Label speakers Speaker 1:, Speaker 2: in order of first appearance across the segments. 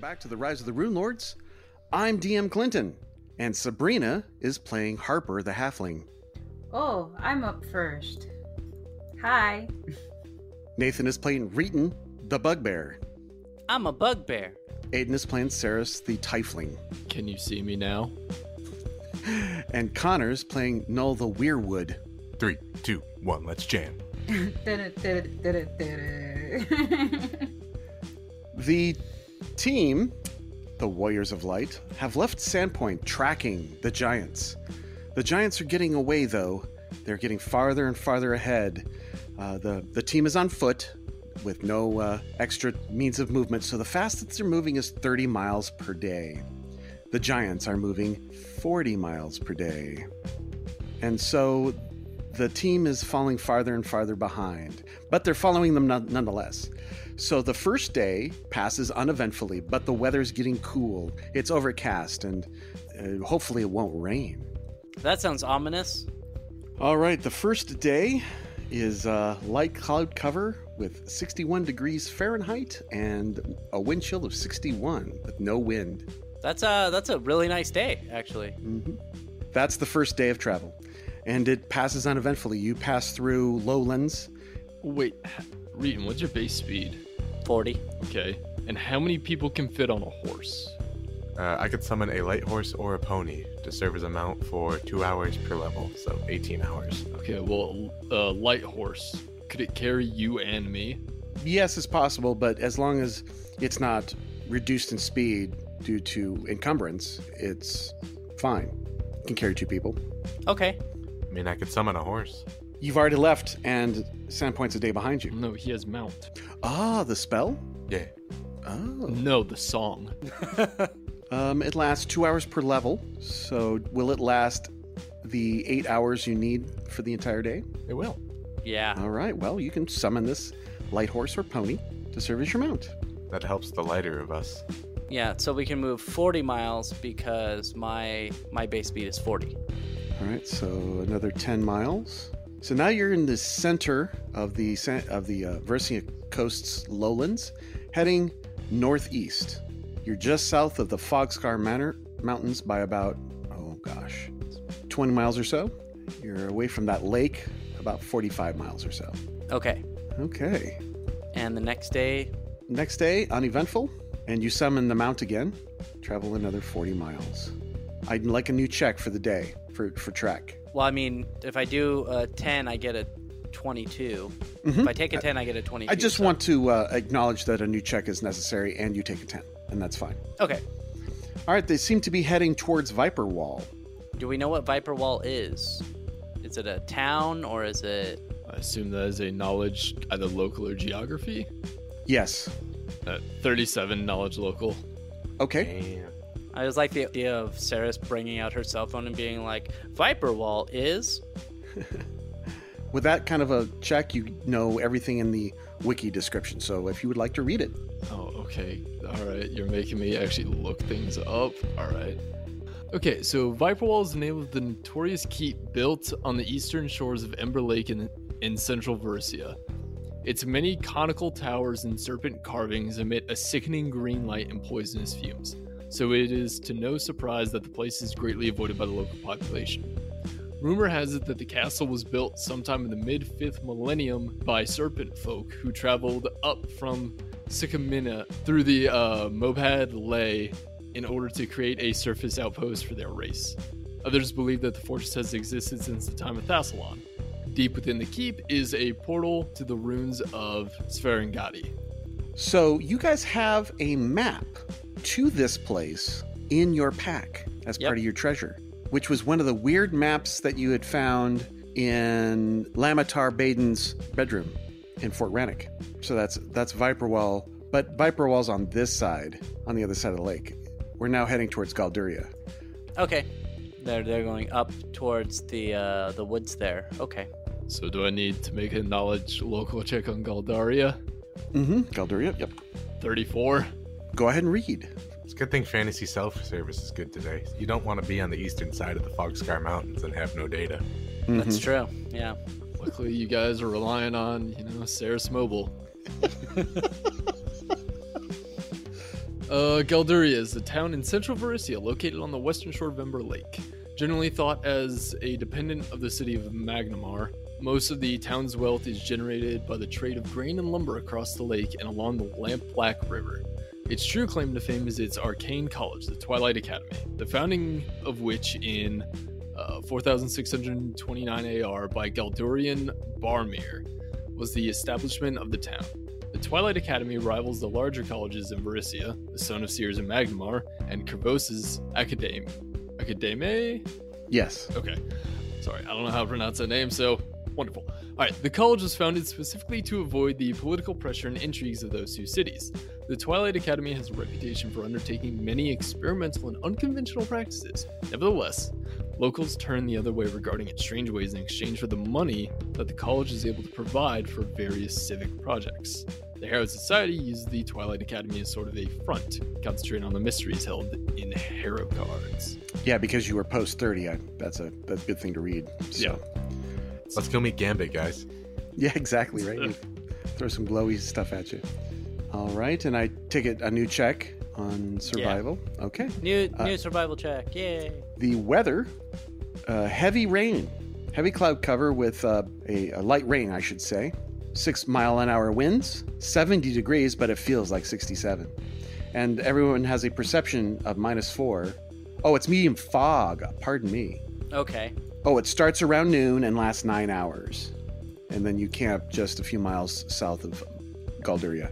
Speaker 1: back to the Rise of the Rune Lords. I'm DM Clinton, and Sabrina is playing Harper the Halfling.
Speaker 2: Oh, I'm up first. Hi.
Speaker 1: Nathan is playing Reeton the Bugbear.
Speaker 3: I'm a bugbear.
Speaker 1: Aiden is playing Saris the Tiefling.
Speaker 4: Can you see me now?
Speaker 1: And Connor's playing Null the Weirwood.
Speaker 5: Three, two, one, let's jam.
Speaker 1: The team, the Warriors of Light, have left Sandpoint tracking the Giants. The Giants are getting away, though. They're getting farther and farther ahead. Uh, the, the team is on foot with no uh, extra means of movement, so the fastest they're moving is 30 miles per day. The Giants are moving 40 miles per day. And so the team is falling farther and farther behind, but they're following them none- nonetheless. So the first day passes uneventfully, but the weather's getting cool. It's overcast, and uh, hopefully it won't rain.
Speaker 3: That sounds ominous.
Speaker 1: All right, the first day is uh, light cloud cover with 61 degrees Fahrenheit and a wind chill of 61 with no wind.
Speaker 3: That's a that's a really nice day, actually.
Speaker 1: Mhm. That's the first day of travel, and it passes uneventfully. You pass through lowlands.
Speaker 4: Wait, Reeton, what's your base speed?
Speaker 3: Forty.
Speaker 4: Okay. And how many people can fit on a horse?
Speaker 5: Uh, I could summon a light horse or a pony to serve as a mount for two hours per level, so 18 hours.
Speaker 4: Okay, well, uh, light horse. Could it carry you and me?
Speaker 1: Yes, it's possible, but as long as it's not reduced in speed due to encumbrance, it's fine. It can carry two people.
Speaker 3: Okay.
Speaker 5: I mean, I could summon a horse.
Speaker 1: You've already left, and Sandpoint's a day behind you.
Speaker 4: No, he has mount.
Speaker 1: Ah, the spell?
Speaker 5: Yeah.
Speaker 1: Oh.
Speaker 4: No, the song.
Speaker 1: Um, it lasts two hours per level, so will it last the eight hours you need for the entire day?
Speaker 5: It will.
Speaker 3: Yeah.
Speaker 1: All right, well, you can summon this light horse or pony to serve as your mount.
Speaker 5: That helps the lighter of us.
Speaker 3: Yeah. So we can move forty miles because my my base speed is forty.
Speaker 1: All right, so another 10 miles. So now you're in the center of the sa- of the uh, Versia Coast's lowlands, heading northeast. You're just south of the Fogscar Manor Mountains by about oh gosh, 20 miles or so. You're away from that lake about 45 miles or so.
Speaker 3: Okay.
Speaker 1: Okay.
Speaker 3: And the next day,
Speaker 1: Next day, uneventful, and you summon the mount again. Travel another 40 miles. I'd like a new check for the day for for track.
Speaker 3: well, I mean, if I do a ten, I get a twenty-two.
Speaker 1: Mhm.
Speaker 3: If I take a ten, I get a twenty-two.
Speaker 1: I just
Speaker 3: so-
Speaker 1: want to uh, acknowledge that a new check is necessary and you take a 10, and that's fine.
Speaker 3: Okay.
Speaker 1: All right, they seem to be heading towards Viper Wall.
Speaker 3: Do we know what Viper Wall is? Is it a town or is it?
Speaker 4: I assume that is a knowledge either local or geography.
Speaker 1: Yes.
Speaker 4: Uh, 37 knowledge local.
Speaker 1: Okay.
Speaker 5: Damn.
Speaker 3: I just like the idea of Saris bringing out her cell phone and being like, "Viper Wall is."
Speaker 1: With that kind of a check, you know everything in the wiki description. So if you would like to read it,
Speaker 4: Oh, okay. All right. You're making me actually look things up. All right. Okay, so Viperwall is the name of the notorious keep built on the eastern shores of Ember Lake in, in central Versia. Its many conical towers and serpent carvings emit a sickening green light and poisonous fumes, so it is to no surprise that the place is greatly avoided by the local population. Rumor has it that the castle was built sometime in the mid 5th millennium by serpent folk who traveled up from Sycamina through the uh, Mobad Lay in order to create a surface outpost for their race. Others believe that the fortress has existed since the time of Thassalon. Deep within the keep is a portal to the ruins of Sferengati.
Speaker 1: so you guys have a map to this place in your pack as
Speaker 3: Yep.
Speaker 1: part of your treasure, which was one of the weird maps that you had found in Lamatar Baden's bedroom in Fort Rannoch. So that's that's Viper Wall, but Viper Wall's on this side, on the other side of the lake. We're now heading towards Galduria.
Speaker 3: Okay. They're they're going up towards the uh, the woods there. Okay.
Speaker 4: So, do I need to make a knowledge local check on Galdaria?
Speaker 1: Mm-hmm. Galduria. Yep.
Speaker 4: 34.
Speaker 1: Go ahead and read.
Speaker 5: It's a good thing fantasy self service is good today. You don't want to be on the eastern side of the Fogscar Mountains and have no data.
Speaker 3: That's true. Yeah.
Speaker 4: Luckily, you guys are relying on, you know, Saris Mobile. Uh, Galduria is a town in central Varissia located on the western shore of Ember Lake. Generally thought as a dependent of the city of Magnamar, most of the town's wealth is generated by the trade of grain and lumber across the lake and along the Lamp Black River. Its true claim to fame is its arcane college, the Twilight Academy, the founding of which in uh, 4629 AR by Galdurian Barmir was the establishment of the town. The Twilight Academy rivals the larger colleges in Varissia, the Son of Seers and Magnemar, and Kervos's Academe. Academe?
Speaker 1: Mm-hmm. Yes.
Speaker 4: Okay. Sorry, I don't know how to pronounce that name, so wonderful. All right, the college was founded specifically to avoid the political pressure and intrigues of those two cities. The Twilight Academy has a reputation for undertaking many experimental and unconventional practices. Nevertheless, locals turn the other way regarding its strange ways in exchange for the money that the college is able to provide for various civic projects. The Harrow Society uses the Twilight Academy as sort of a front, concentrating on the mysteries held in Harrow cards.
Speaker 1: Yeah, because you were post 30, I, that's a that's a good thing to read. So.
Speaker 5: Let's go meet Gambit, guys.
Speaker 1: Yeah. exactly, right? You throw some glowy stuff at you. All right, and I take it a new check on survival. Okay.
Speaker 3: New
Speaker 1: Uh,
Speaker 3: new survival check. Yay.
Speaker 1: The weather, uh, heavy rain, heavy cloud cover with uh, a, a light rain, I should say. Six mile an hour winds, 70 degrees, but it feels like 67. And everyone has a perception of minus four. Oh, it's medium fog. Pardon me.
Speaker 3: Okay.
Speaker 1: Oh, it starts around noon and lasts nine hours. And then you camp just a few miles south of Galduria.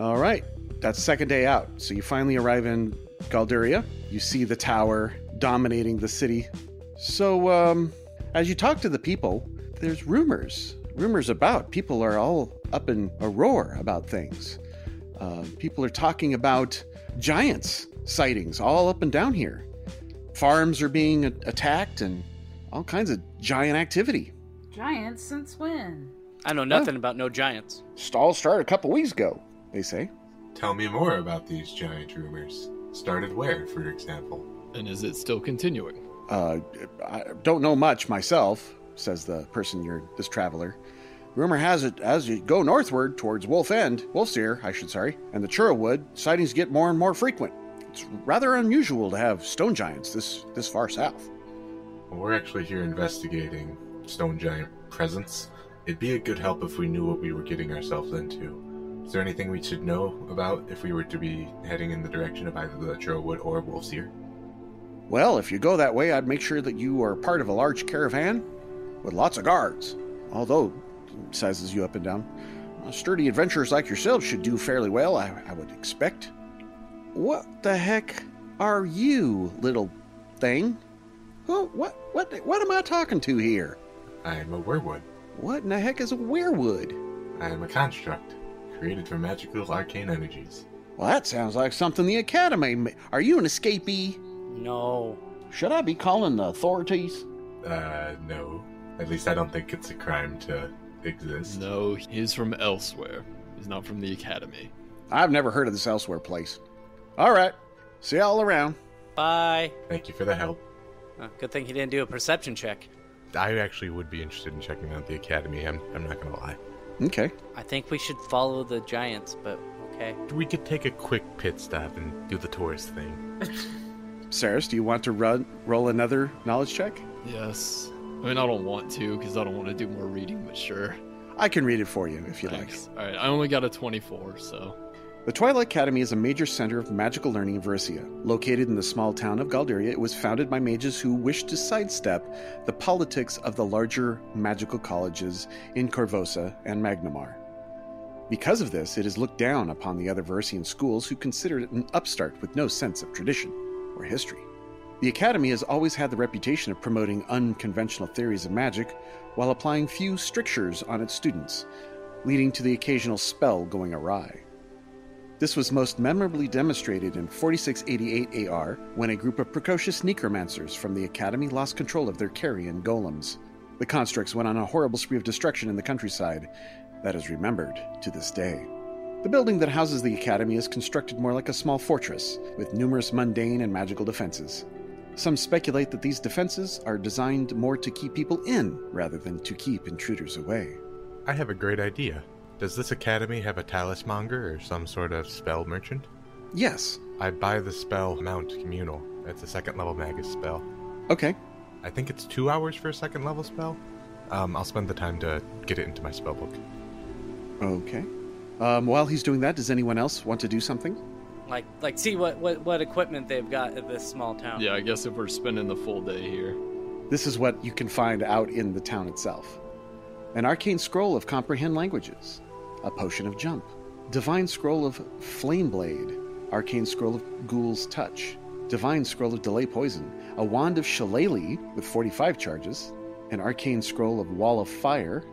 Speaker 1: All right, that's second day out. So you finally arrive in Galduria. You see the tower dominating the city. So, um, as you talk to the people, there's rumors. Rumors about people are all up in a roar about things. Uh, people are talking about giants sightings all up and down here. Farms are being a- attacked and all kinds of giant activity.
Speaker 2: Giants since when?
Speaker 3: I know nothing about no giants.
Speaker 1: Stall started a couple weeks ago, they say.
Speaker 5: Tell me more about these giant rumors. Started where, for example?
Speaker 4: And is it still continuing?
Speaker 1: Uh, I don't know much myself, says the person you're this traveler. Rumor has it as you go northward towards Wolf End, Wolfseer, I should sorry, and the Churlwood, sightings get more and more frequent. It's rather unusual to have stone giants this this far south.
Speaker 5: Well, we're actually here investigating stone giant presence. It'd be a good help if we knew what we were getting ourselves into. Is there anything we should know about if we were to be heading in the direction of either the Churlwood or Wolfseer?
Speaker 1: Well, if you go that way, I'd make sure that you are part of a large caravan with lots of guards. Although, sizes you up and down, uh, sturdy adventurers like yourselves should do fairly well, I, I would expect. What the heck are you, little thing? Who, what, what, what am I talking to here?
Speaker 5: I am a werewood.
Speaker 1: What in the heck is a weirwood?
Speaker 5: I am a construct, created from magical arcane energies.
Speaker 1: Well, that sounds like something the Academy. ma- Are you an escapee?
Speaker 3: No.
Speaker 1: Should I be calling the authorities?
Speaker 5: Uh, no. At least I don't think it's a crime to exist.
Speaker 4: No, he's from elsewhere. He's not from the academy.
Speaker 1: I've never heard of this elsewhere place. All right. See you all around.
Speaker 3: Bye.
Speaker 5: Thank you for the help.
Speaker 3: Uh, good thing he didn't do a perception check.
Speaker 5: I actually would be interested in checking out the academy. I'm, I'm not gonna lie.
Speaker 1: Okay.
Speaker 3: I think we should follow the giants, but okay.
Speaker 5: We could take a quick pit stop and do the tourist thing.
Speaker 1: Saris, do you want to run roll another knowledge check?
Speaker 4: Yes. I mean, I don't want to because I don't want to do more reading, but sure.
Speaker 1: I can read it for you if you
Speaker 4: Thanks. All right, I only got a 24, so.
Speaker 1: like. The Twilight Academy is a major center of magical learning in Varissia. Located in the small town of Galderia, it was founded by mages who wished to sidestep the politics of the larger magical colleges in Corvosa and Magnamar. Because of this, it is looked down upon the other Versian schools who consider it an upstart with no sense of tradition or history. The Academy has always had the reputation of promoting unconventional theories of magic while applying few strictures on its students, leading to the occasional spell going awry. This was most memorably demonstrated in 4688 AR when a group of precocious necromancers from the Academy lost control of their carrion golems. The constructs went on a horrible spree of destruction in the countryside that is remembered to this day. The building that houses the Academy is constructed more like a small fortress, with numerous mundane and magical defenses. Some speculate that these defenses are designed more to keep people in rather than to keep intruders away.
Speaker 5: I have a great idea. Does this academy have a talismonger or some sort of spell merchant?
Speaker 1: Yes.
Speaker 5: I buy the spell Mount Communal. It's a second level Magus spell.
Speaker 1: Okay.
Speaker 5: I think it's two hours for a second level spell. Um, I'll spend the time to get it into my spell book.
Speaker 1: Okay. Um, while he's doing that, does anyone else want to do something?
Speaker 3: Like, like, see what, what, what equipment they've got at this small town.
Speaker 4: Yeah, I guess if we're spending the full day here.
Speaker 1: This is what you can find out in the town itself an arcane scroll of comprehend languages, a potion of jump, divine scroll of flame blade, arcane scroll of ghoul's touch, divine scroll of delay poison, a wand of shillelagh with 45 charges, an arcane scroll of wall of fire,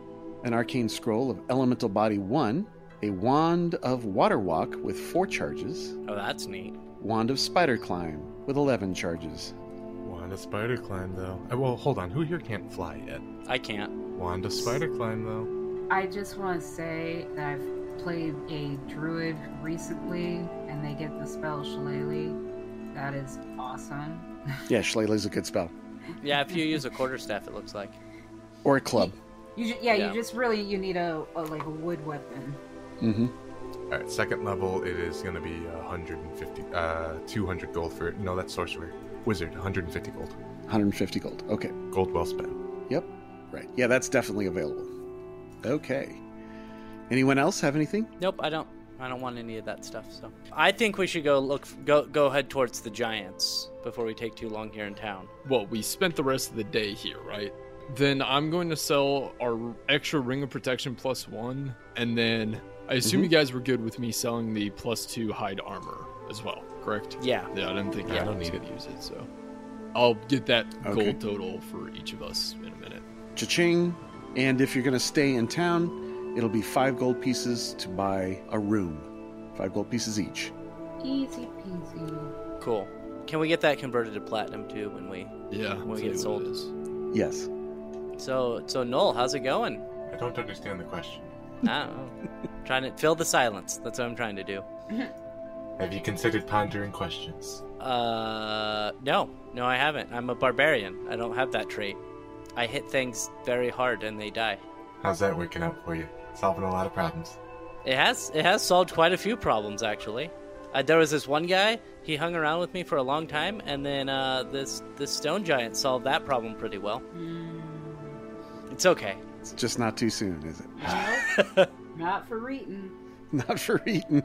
Speaker 1: an arcane scroll of elemental body 1, a wand of water walk with 4 charges,
Speaker 3: Oh, that's neat.
Speaker 1: wand of spider climb with 11 charges,
Speaker 5: Wand of Spider Climb, though. Uh, well, hold on. Who here can't fly yet?
Speaker 3: I can't.
Speaker 5: Wand of Spider Climb, though.
Speaker 2: I just want to say that I've played a druid recently, and they get the spell Shillelagh. That is awesome.
Speaker 1: Yeah, Shillelagh is a good spell.
Speaker 3: Yeah, if you use a quarterstaff, it looks like.
Speaker 1: Or a club.
Speaker 2: You ju- yeah,
Speaker 3: Yeah.
Speaker 2: you just really you need a, a like a wood weapon.
Speaker 1: Mm-hmm.
Speaker 5: All right, second level, it is going to be 150, uh, 200 gold for No, that's sorcerer. Wizard, 150 gold.
Speaker 1: 150 gold. Okay.
Speaker 5: Gold well spent.
Speaker 1: Yep. Right. Yeah, that's definitely available. Okay. Anyone else have anything?
Speaker 3: Nope, I don't. I don't want any of that stuff. So I think we should go look. Go go head towards the giants before we take too long here in town.
Speaker 4: Well, we spent the rest of the day here, right? Then I'm going to sell our extra ring of protection plus one, and then I assume you guys were good with me selling the plus two hide armor as well, correct?
Speaker 3: Yeah.
Speaker 4: Yeah, I didn't think
Speaker 5: Yeah, I
Speaker 4: I
Speaker 5: don't
Speaker 4: was
Speaker 5: need
Speaker 4: gonna use it, so I'll get that
Speaker 1: Okay.
Speaker 4: gold total for each of us in a minute.
Speaker 1: Cha-ching. And if you're going to stay in town, it'll be five gold pieces to buy a room. Five gold pieces each.
Speaker 2: Easy peasy.
Speaker 3: Cool. Can we get that converted to platinum too when we? We'll
Speaker 4: Yeah, I'll
Speaker 3: get
Speaker 4: tell you what
Speaker 3: sold.
Speaker 4: it is.
Speaker 1: Yes.
Speaker 3: So so Noel, how's it going?
Speaker 5: I don't understand the question.
Speaker 3: I don't know. trying to fill the silence. That's what I'm trying to do.
Speaker 5: Have you considered pondering questions?
Speaker 3: Uh, no, no, I haven't. I'm a barbarian. I don't have that trait. I hit things very hard and they die.
Speaker 5: How's that working out for you? Solving a lot of problems.
Speaker 3: It has it has solved quite a few problems actually. Uh, there was this one guy. He hung around with me for a long time, and then uh, this this stone giant solved that problem pretty well. It's okay.
Speaker 1: It's just not too soon, is it?
Speaker 2: Nope. Not for Reeton.
Speaker 1: Not for eating.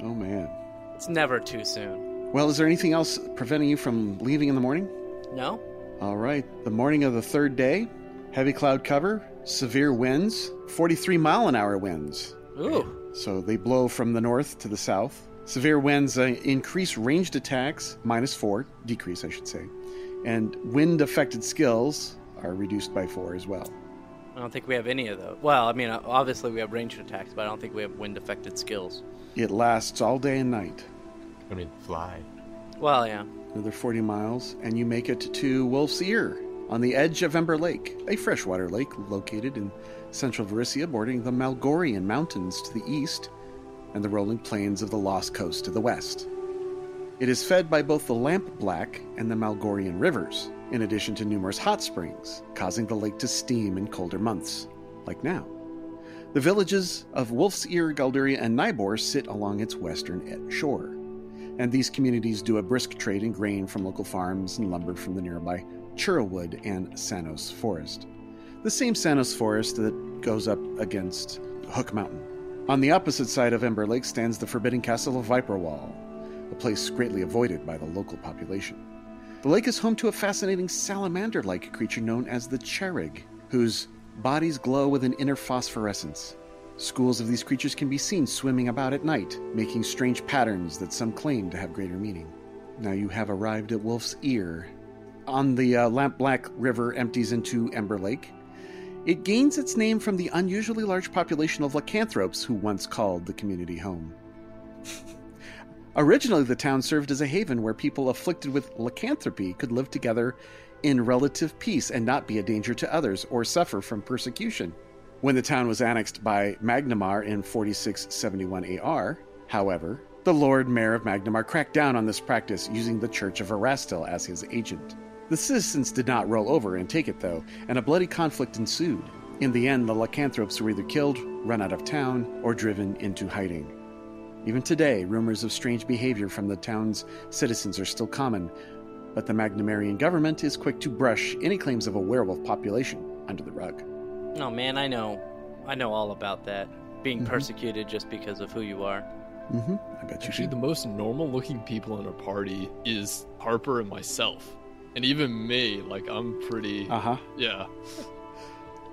Speaker 1: Oh, man.
Speaker 3: It's never too soon.
Speaker 1: Well, is there anything else preventing you from leaving in the morning?
Speaker 3: No.
Speaker 1: All right. The morning of the third day, heavy cloud cover, severe winds, 43 mile an hour winds.
Speaker 3: Ooh.
Speaker 1: So they blow from the north to the south. Severe winds uh, increase ranged attacks, minus four, decrease, I should say. And wind affected skills are reduced by four as well.
Speaker 3: I don't think we have any of those. Well, I mean, uh, obviously we have ranged attacks, but I don't think we have wind affected skills.
Speaker 1: It lasts all day and night,
Speaker 5: I mean, fly.
Speaker 3: Well, yeah.
Speaker 1: another 40 miles, and you make it to Wolf's Ear on the edge of Ember Lake, a freshwater lake located in central Varissia, bordering the Malgorian Mountains to the east and the rolling plains of the Lost Coast to the west. It is fed by both the Lamp Black and the Malgorian rivers, in addition to numerous hot springs, causing the lake to steam in colder months, like now. The villages of Wolf's Ear, Galduria, and Nybor sit along its western e- shore, and these communities do a brisk trade in grain from local farms and lumber from the nearby Churlwood and Sanos Forest. The same Sanos Forest that goes up against Hook Mountain. On the opposite side of Ember Lake stands the forbidding castle of Viperwall, a place greatly avoided by the local population. The lake is home to a fascinating salamander like creature known as the Cherig, whose bodies glow with an inner phosphorescence. Schools of these creatures can be seen swimming about at night, making strange patterns that some claim to have greater meaning. Now you have arrived at Wolf's Ear. On the uh, Lamp Black River empties into Ember Lake. It gains its name from the unusually large population of lycanthropes who once called the community home. Originally, the town served as a haven where people afflicted with lycanthropy could live together in relative peace and not be a danger to others or suffer from persecution. When the town was annexed by Magnamar in 4671 AR, however, the Lord Mayor of Magnamar cracked down on this practice using the Church of Erastil as his agent. The citizens did not roll over and take it, though, and a bloody conflict ensued. In the end, the lycanthropes were either killed, run out of town, or driven into hiding. Even today, rumors of strange behavior from the town's citizens are still common, but the Magnamarian government is quick to brush any claims of a werewolf population under the rug.
Speaker 3: Oh man, I know, I know all about that. Being
Speaker 1: Mhm.
Speaker 3: persecuted just because of who you are.
Speaker 1: Mm-hmm. I bet you
Speaker 4: Actually,
Speaker 1: should.
Speaker 4: the most normal looking people in our party is Harper and myself. And even me, like, I'm pretty.
Speaker 1: Uh huh.
Speaker 4: yeah.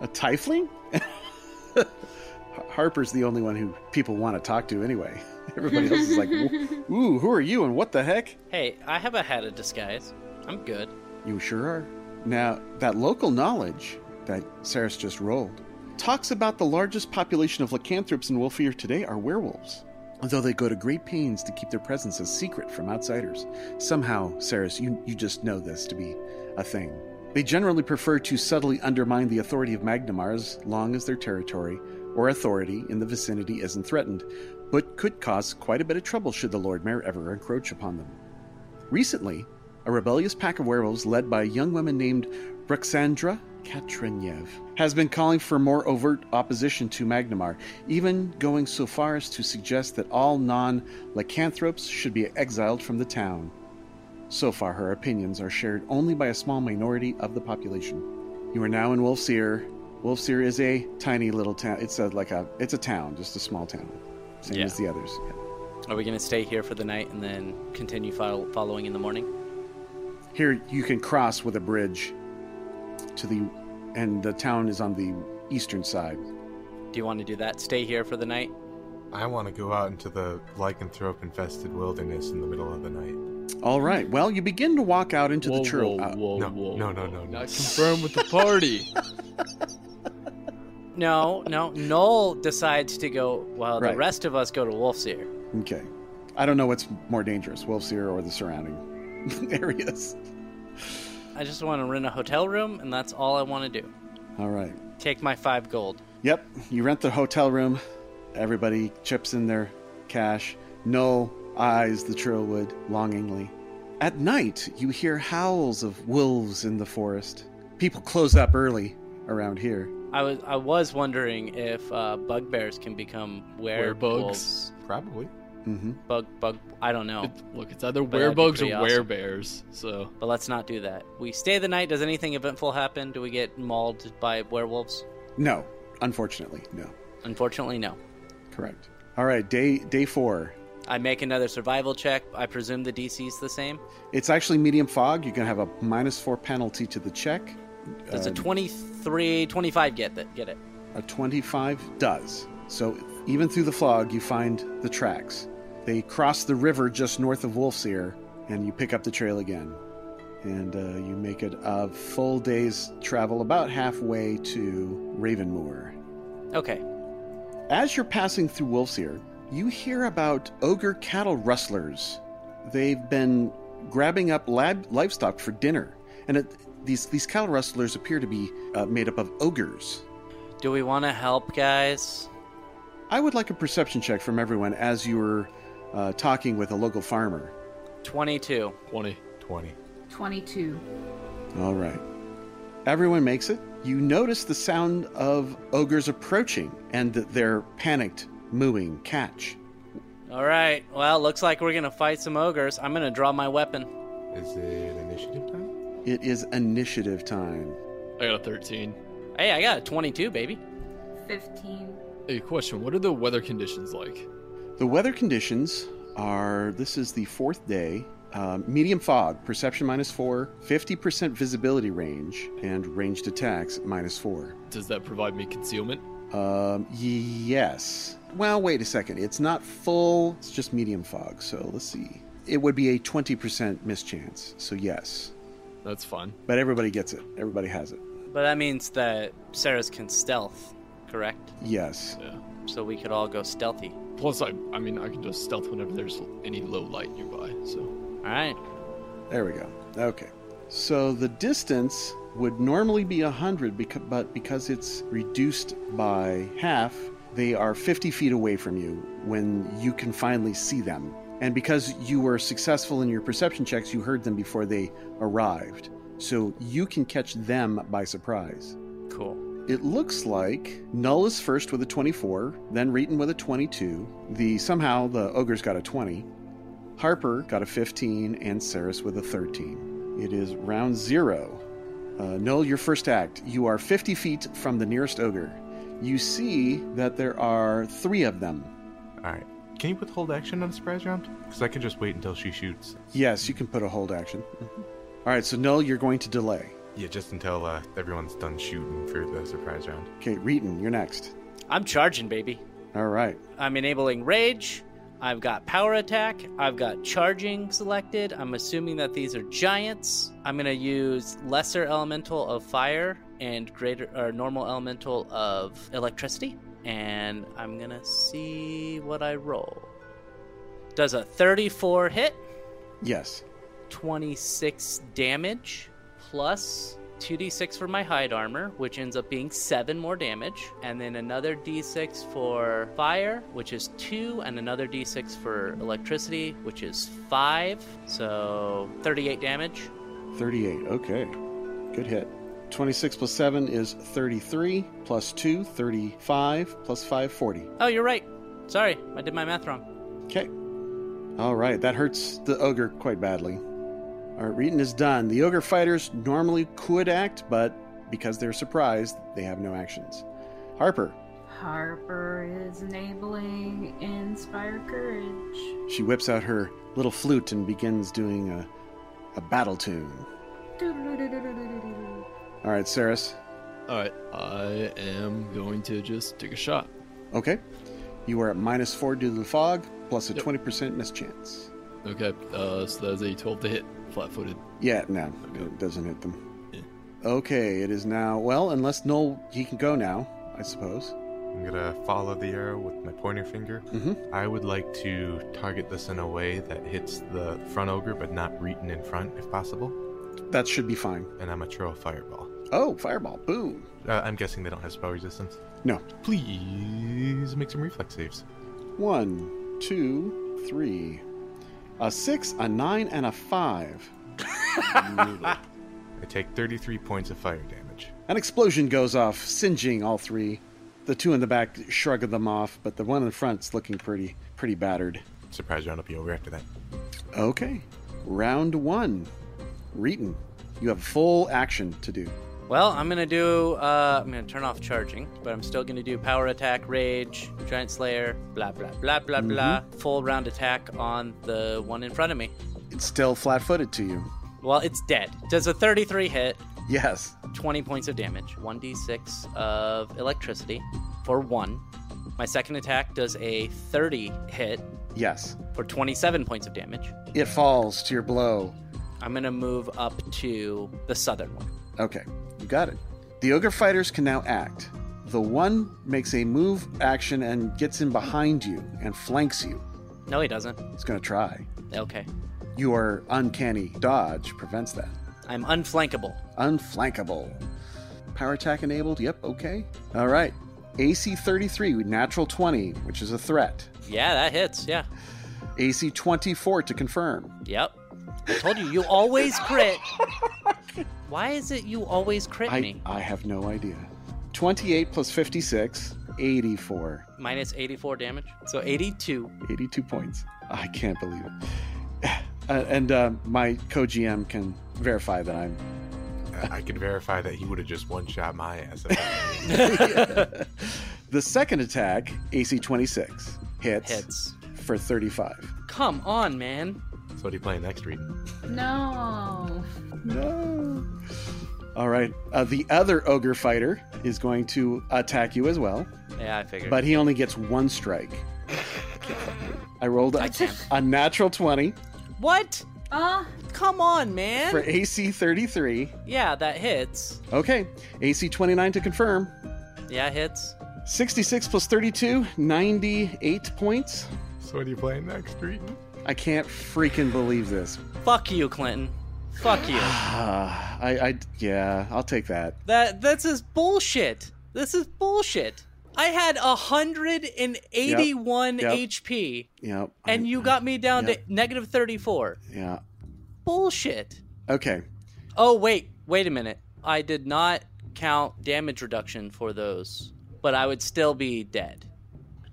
Speaker 1: A tiefling? Har- Harper's the only one who people want to talk to anyway. Everybody else is like, "Wh- ooh, who are you and what the heck?
Speaker 3: Hey, I have a hat of disguise. I'm good.
Speaker 1: You sure are. Now, that local knowledge that Saris just rolled talks about the largest population of lycanthropes in Wolfear today are werewolves. Though they go to great pains to keep their presence a secret from outsiders. Somehow, Saris, you, you just know this to be a thing. They generally prefer to subtly undermine the authority of Magnamar as long as their territory or authority in the vicinity isn't threatened, but could cause quite a bit of trouble should the Lord Mayor ever encroach upon them. Recently, a rebellious pack of werewolves led by a young woman named Bruxandra Katrenev has been calling for more overt opposition to Magnamar, even going so far as to suggest that all non lycanthropes should be exiled from the town. So far, her opinions are shared only by a small minority of the population. You are now in Wolfseer. Wolfseer is a tiny little town. It's a, like a it's a town, just a small town, same
Speaker 3: Yeah.
Speaker 1: as the others.
Speaker 3: Are we gonna stay here for the night and then continue fol- following in the morning?
Speaker 1: Here you can cross with a bridge to the and the town is on the eastern side.
Speaker 3: Do you want to do that? Stay here for the night.
Speaker 5: I want to go out into the lycanthrope infested wilderness in the middle of the night.
Speaker 1: All right. Well, you begin to walk out into
Speaker 4: whoa,
Speaker 1: the churro.
Speaker 4: Whoa,
Speaker 1: uh,
Speaker 4: whoa,
Speaker 5: no,
Speaker 4: whoa,
Speaker 5: no, no,
Speaker 4: whoa.
Speaker 5: no, no.
Speaker 4: Not confirm with the party.
Speaker 3: No, no. Noel decides to go. Well,
Speaker 1: Right.
Speaker 3: the rest of us go to Wolf's Ear.
Speaker 1: Uh, okay. I don't know what's more dangerous, Wolf's Ear or the surrounding areas.
Speaker 3: I just want to rent a hotel room, and that's all I want to do.
Speaker 1: All right.
Speaker 3: Take my five gold.
Speaker 1: Yep. You rent the hotel room. Everybody chips in their cash. Noel eyes the Trillwood longingly. At night, you hear howls of wolves in the forest. People close up early around here.
Speaker 3: I was I was wondering if uh, bugbears can become werewolves.
Speaker 5: Probably.
Speaker 1: Mm-hmm.
Speaker 3: Bug bug. I don't
Speaker 1: Oh.
Speaker 3: know.
Speaker 4: It- look, it's either
Speaker 3: But that'd be
Speaker 4: werewolves or
Speaker 3: pretty awesome.
Speaker 4: werebears. So,
Speaker 3: But let's not do that. We stay the night. Does anything eventful happen? Do we get mauled by werewolves?
Speaker 1: No, unfortunately, no.
Speaker 3: Unfortunately, no.
Speaker 1: Correct. All right, day day four.
Speaker 3: I make another survival check. I presume the DC's the same.
Speaker 1: It's actually medium fog. You're gonna have a minus four penalty to the check.
Speaker 3: Does
Speaker 1: Uh,
Speaker 3: a 23, 25 get that? Get it?
Speaker 1: a twenty-five does. So even through the fog, you find the tracks. They cross the river just north of Wolf's Ear, and you pick up the trail again. And uh, you make it a full day's travel, about halfway to Ravenmoor.
Speaker 3: Okay.
Speaker 1: As you're passing through Wolf's Ear, you hear about ogre cattle rustlers. They've been grabbing up lab- livestock for dinner, and it, these these cattle rustlers appear to be uh, made up of ogres.
Speaker 3: Do we want to help, guys?
Speaker 1: I would like a perception check from everyone as you were uh, talking with a local farmer.
Speaker 3: Twenty-two.
Speaker 4: 20.
Speaker 5: 20.
Speaker 2: 22.
Speaker 1: All right. Everyone makes it. You notice the sound of ogres approaching and th- their panicked mooing catch.
Speaker 3: All right. Well, looks like we're gonna fight some ogres. I'm gonna draw my weapon.
Speaker 5: Is it initiative time?
Speaker 1: It is initiative time.
Speaker 4: I got a 13.
Speaker 3: Hey, I got a 22, baby.
Speaker 2: 15.
Speaker 4: Hey, question What are the weather conditions like?
Speaker 1: The weather conditions are this is the fourth day. Uh, medium fog, perception minus four, 50% visibility range, and ranged attacks minus four.
Speaker 4: Does that provide me concealment?
Speaker 1: Um, y- yes. Well, wait a second. It's not full, it's just medium fog. So let's see. It would be a 20% mischance. So yes.
Speaker 4: That's fine.
Speaker 1: But everybody gets it. Everybody has it.
Speaker 3: But that means that Sarah's can stealth, correct?
Speaker 1: Yes.
Speaker 4: Yeah.
Speaker 3: So we could all go stealthy.
Speaker 4: Plus, I, I mean, I can just stealth whenever there's any low light nearby. So,
Speaker 3: All right.
Speaker 1: There we go. Okay. So the distance would normally be 100, becau- but because it's reduced by half, they are 50 feet away from you when you can finally see them. And because you were successful in your perception checks, you heard them before they arrived. So you can catch them by surprise.
Speaker 3: Cool.
Speaker 1: It looks like Null is first with a 24, then Reeton with a 22. The somehow the ogres got a 20. Harper got a 15, and Saris with a 13. It is round zero. Uh, Null, your first act. You are 50 feet from the nearest ogre. You see that there are three of them.
Speaker 5: Alright. Can you withhold action on the surprise round? Because I can just wait until she shoots.
Speaker 1: Yes, you can put a hold action. Mm-hmm. All right, so Null, you're going to delay.
Speaker 5: Yeah, just until uh, everyone's done shooting for the surprise round.
Speaker 1: Okay, Reeton, you're next.
Speaker 3: I'm charging, baby.
Speaker 1: All right.
Speaker 3: I'm enabling rage. I've got power attack. I've got charging selected. I'm assuming that these are giants. I'm going to use lesser elemental of fire and greater or normal elemental of electricity and I'm going to see what I roll. Does a 34 hit?
Speaker 1: Yes.
Speaker 3: 26 damage plus 2d6 for my hide armor, which ends up being 7 more damage, and then another d6 for fire, which is 2, and another d6 for electricity, which is 5. So 38 damage.
Speaker 1: 38. Okay. Good hit. 26 plus 7 is 33, plus 2, 35, plus 5, 40.
Speaker 3: Oh, you're right. Sorry, I did my math wrong.
Speaker 1: Okay. All right, that hurts the ogre quite badly. All right, Reeton is done. The ogre fighters normally could act, but because they're surprised, they have no actions. Harper,
Speaker 2: Harper is enabling Inspire Courage.
Speaker 1: she whips out her little flute and begins doing a, a battle tune.
Speaker 2: Doo-doo-doo-doo-doo-doo-doo-doo.
Speaker 1: All right, Saris.
Speaker 4: All right, I am going to just take a shot.
Speaker 1: Okay. You are at minus 4 due to the fog, plus a
Speaker 4: Yep.
Speaker 1: 20% miss chance.
Speaker 4: Okay, uh, so that's a 12 to hit, flat-footed.
Speaker 1: Yeah, no,
Speaker 4: Okay.
Speaker 1: it doesn't hit them.
Speaker 4: Yeah.
Speaker 1: Okay, it is now. Well, unless Noel, he can go now, I suppose.
Speaker 5: I'm gonna follow the arrow with my pointer finger.
Speaker 1: hmm
Speaker 5: I would like to target this in a way that hits the front ogre, but not Reeton in front, if possible.
Speaker 1: That should be fine.
Speaker 5: And I'm gonna throw a fireball.
Speaker 1: Oh, fireball! Boom.
Speaker 5: Uh, I'm guessing they don't have spell resistance.
Speaker 1: No.
Speaker 5: Please make some reflex saves.
Speaker 1: One, two, three, a six, a nine, and a five.
Speaker 5: I take 33 points of fire damage.
Speaker 1: An explosion goes off, singeing all three. The two in the back shrugged them off, but the one in the front's looking pretty, pretty battered.
Speaker 5: Surprise round will be over after that.
Speaker 1: Okay, round one. Reeton, you have full action to do.
Speaker 3: Well, I'm gonna do. Uh, I'm gonna turn off charging, but I'm still gonna do power attack, rage, giant slayer, blah blah blah blah blah. Full round attack on the one in front of me.
Speaker 1: It's still flat-footed to you.
Speaker 3: Well, it's dead. Does a 33 hit?
Speaker 1: Yes.
Speaker 3: 20 points of damage. 1d6 of electricity for one. My second attack does a 30 hit
Speaker 1: Yes.
Speaker 3: for 27 points of damage.
Speaker 1: It falls to your blow.
Speaker 3: I'm gonna move up to the southern one.
Speaker 1: Okay, you got it. The ogre fighters can now act. The one makes a move action and gets in behind you and flanks you.
Speaker 3: No, he doesn't.
Speaker 1: It's going to try.
Speaker 3: Okay.
Speaker 1: Your uncanny dodge prevents that.
Speaker 3: I'm unflankable.
Speaker 1: Unflankable. Power attack enabled. Yep, okay. All right. AC 33, with natural 20, which is a threat.
Speaker 3: Yeah, that hits. Yeah.
Speaker 1: AC 24 to confirm.
Speaker 3: Yep. I told you, you always crit. Why is it you always crit
Speaker 1: I,
Speaker 3: me?
Speaker 1: I have no idea. 28 plus 56, 84.
Speaker 3: Minus 84 damage. So 82.
Speaker 1: 82 points. I can't believe it. Uh, and uh, my co GM can verify that I'm.
Speaker 5: Uh, I can verify that he would have just one shot my ass. if I-
Speaker 1: the second attack, AC 26, hits,
Speaker 3: Hits.
Speaker 1: for 35.
Speaker 3: Come on, man.
Speaker 5: so what do you play next, Reeton?
Speaker 2: No.
Speaker 1: No. All right. Uh, the other ogre fighter is going to attack you as well,
Speaker 3: Yeah, I figured.
Speaker 1: but he only gets one strike. I rolled
Speaker 3: I
Speaker 1: a,
Speaker 3: can't.
Speaker 1: a natural 20
Speaker 3: What?
Speaker 2: Uh,
Speaker 3: Come on, man.
Speaker 1: for AC 33.
Speaker 3: Yeah, that hits.
Speaker 1: Okay. AC 29 to confirm.
Speaker 3: Yeah, it hits.
Speaker 1: 66 plus 32, 98 points.
Speaker 5: So what do you play next, Reeton?
Speaker 1: I can't freaking believe this.
Speaker 3: Fuck you, Clinton. Fuck you.
Speaker 1: Ah, I, I, yeah, I'll take that.
Speaker 3: That this is bullshit. This is bullshit. I had 181
Speaker 1: Yep.
Speaker 3: HP
Speaker 1: Yeah.
Speaker 3: and
Speaker 1: I-
Speaker 3: you got me down
Speaker 1: Yep.
Speaker 3: to negative 34.
Speaker 1: Yeah.
Speaker 3: Bullshit.
Speaker 1: Okay.
Speaker 3: Oh wait, wait a minute. I did not count damage reduction for those, but I would still be dead.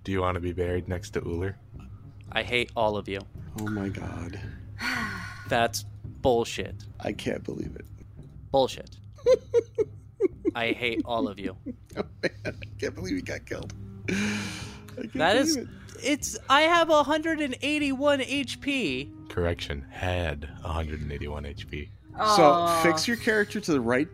Speaker 5: Do you want to be buried next to Uller?
Speaker 3: I hate all of you.
Speaker 1: Oh my god.
Speaker 3: That's bullshit.
Speaker 1: I can't believe it.
Speaker 3: Bullshit. I hate all of you.
Speaker 1: Oh man, I can't believe he got killed. I can't
Speaker 3: That is
Speaker 1: believe
Speaker 3: it's I have 181 HP.
Speaker 5: Correction, had 181 HP.
Speaker 1: it. So
Speaker 2: Aw.
Speaker 1: fix your character to the right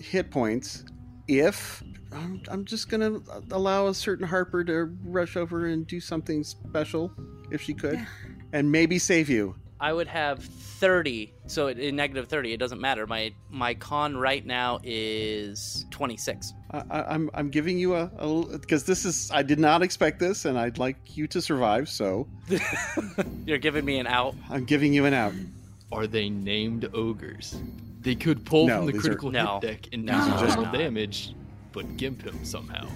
Speaker 1: hit points. If I'm, I'm just gonna allow a certain Harper to rush over and do something special, if she could, and maybe save you.
Speaker 3: I would have 30. So it, in negative 30, it doesn't matter. My my con right now is 26.
Speaker 1: I, I, I'm I'm giving you a, a little because this is I did not expect this, and I'd like you to survive. So
Speaker 3: You're giving me an out.
Speaker 1: I'm giving you an out.
Speaker 4: Are they named ogres? They could pull
Speaker 1: No,
Speaker 4: from the
Speaker 1: these are-
Speaker 4: critical hit
Speaker 3: No.
Speaker 4: deck and do
Speaker 2: No.
Speaker 4: some
Speaker 2: Just-
Speaker 4: additional damage, but gimp him somehow.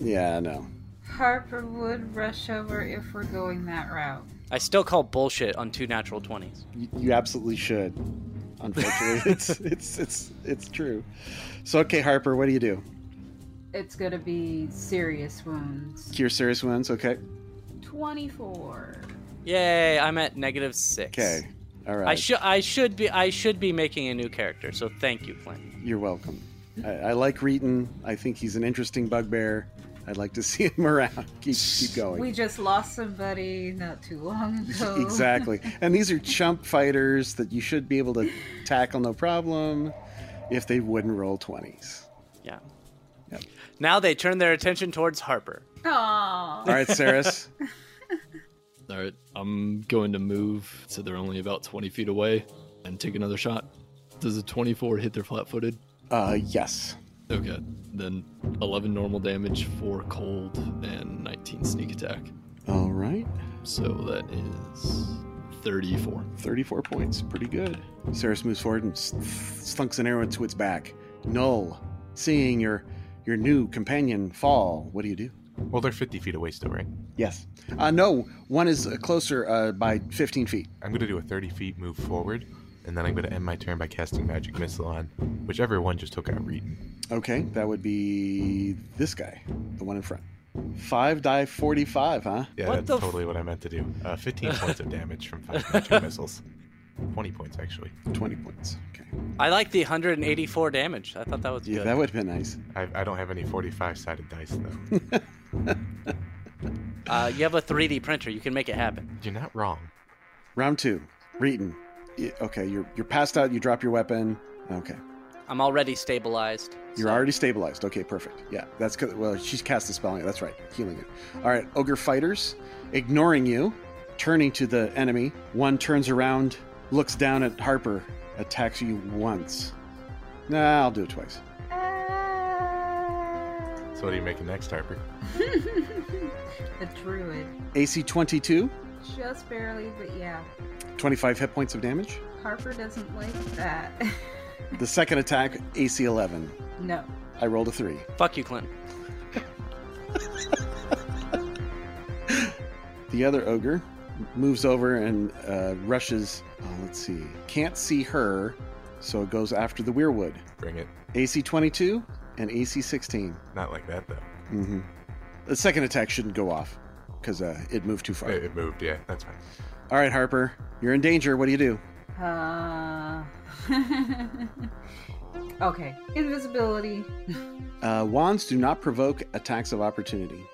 Speaker 1: Yeah, no.
Speaker 2: Harper would rush over if we're going that route.
Speaker 3: I still call bullshit on two natural 20s.
Speaker 1: You, you absolutely should. Unfortunately, it's it's it's it's true. So okay, Harper, what do you do?
Speaker 2: It's gonna be serious wounds.
Speaker 1: Cure serious wounds. Okay.
Speaker 2: 24.
Speaker 3: Yay, I'm at negative 6.
Speaker 1: Okay. All right.
Speaker 3: I should I should be I should be making a new character. So thank you, Flynn.
Speaker 1: You're welcome. I, I like Reeton. I think he's an interesting bugbear. I'd like to see him around. Keep keep going.
Speaker 2: We just lost somebody not too long ago.
Speaker 1: Exactly. And these are chump fighters that you should be able to tackle no problem if they wouldn't roll 20s.
Speaker 3: Yeah.
Speaker 1: Yep.
Speaker 3: Now they turn their attention towards Harper.
Speaker 2: Aw.
Speaker 1: All right, Saris.
Speaker 4: All right, I'm going to move so they're only about 20 feet away and take another shot. Does a 24 hit their flat footed?
Speaker 1: Uh, yes.
Speaker 4: Okay, then 11 normal damage, 4 cold, and 19 sneak attack.
Speaker 1: All right.
Speaker 4: So that is 34.
Speaker 1: 34 points. Pretty good. Saris moves forward and s- slunks an arrow into its back. Null, seeing your your new companion fall, what do you do?
Speaker 5: Well, they're 50 feet away still, right?
Speaker 1: Yes. Uh, no, one is uh, closer uh, by 15 feet.
Speaker 5: I'm going to do a 30 feet move forward, and then I'm going to end my turn by casting Magic Missile on whichever one just took out Reeton.
Speaker 1: Okay, that would be this guy, the one in front. Five die 45, huh?
Speaker 5: Yeah,
Speaker 3: What
Speaker 5: that's
Speaker 3: the f-
Speaker 5: totally what I meant to do. Uh, 15 points of damage from five Magic Missiles. 20 points, actually.
Speaker 1: 20 points. Okay.
Speaker 3: I like the 184 damage. I thought that was
Speaker 1: Yeah,
Speaker 3: good.
Speaker 1: that would have been nice.
Speaker 5: I, I don't have any 45 sided dice, though.
Speaker 3: Uh, you have a 3D printer. You can make it happen.
Speaker 5: You're not wrong.
Speaker 1: Round two, Reeton. Y- Okay, you're you're passed out. You drop your weapon. Okay,
Speaker 3: I'm already stabilized.
Speaker 1: you're
Speaker 3: so-
Speaker 1: already stabilized. Okay, perfect. Yeah, that's good. Well, she's cast the spell. on you. That's right, healing it. All right, ogre fighters, ignoring you, turning to the enemy. One turns around, looks down at Harper, attacks you once. Nah, I'll do it twice.
Speaker 5: So, what are you making next, Harper?
Speaker 2: the druid.
Speaker 1: AC 22,
Speaker 2: Just barely, but yeah.
Speaker 1: 25 hit points of damage.
Speaker 2: Harper doesn't like that.
Speaker 1: The second attack, AC 11.
Speaker 2: no.
Speaker 1: I rolled a three.
Speaker 3: Fuck you, Clinton.
Speaker 1: The other ogre moves over and uh, rushes. Oh, let's see. Can't see her, so it goes after the weirwood.
Speaker 5: Bring it.
Speaker 1: AC 22 and AC 16.
Speaker 5: Not like that, though.
Speaker 1: Mm-hmm. The second attack shouldn't go off because uh, it moved too far.
Speaker 5: It, it moved, yeah, that's fine.
Speaker 1: All right, Harper, you're in danger. What do you do?
Speaker 2: Uh... okay. Invisibility.
Speaker 1: Uh, wands do not provoke attacks of opportunity.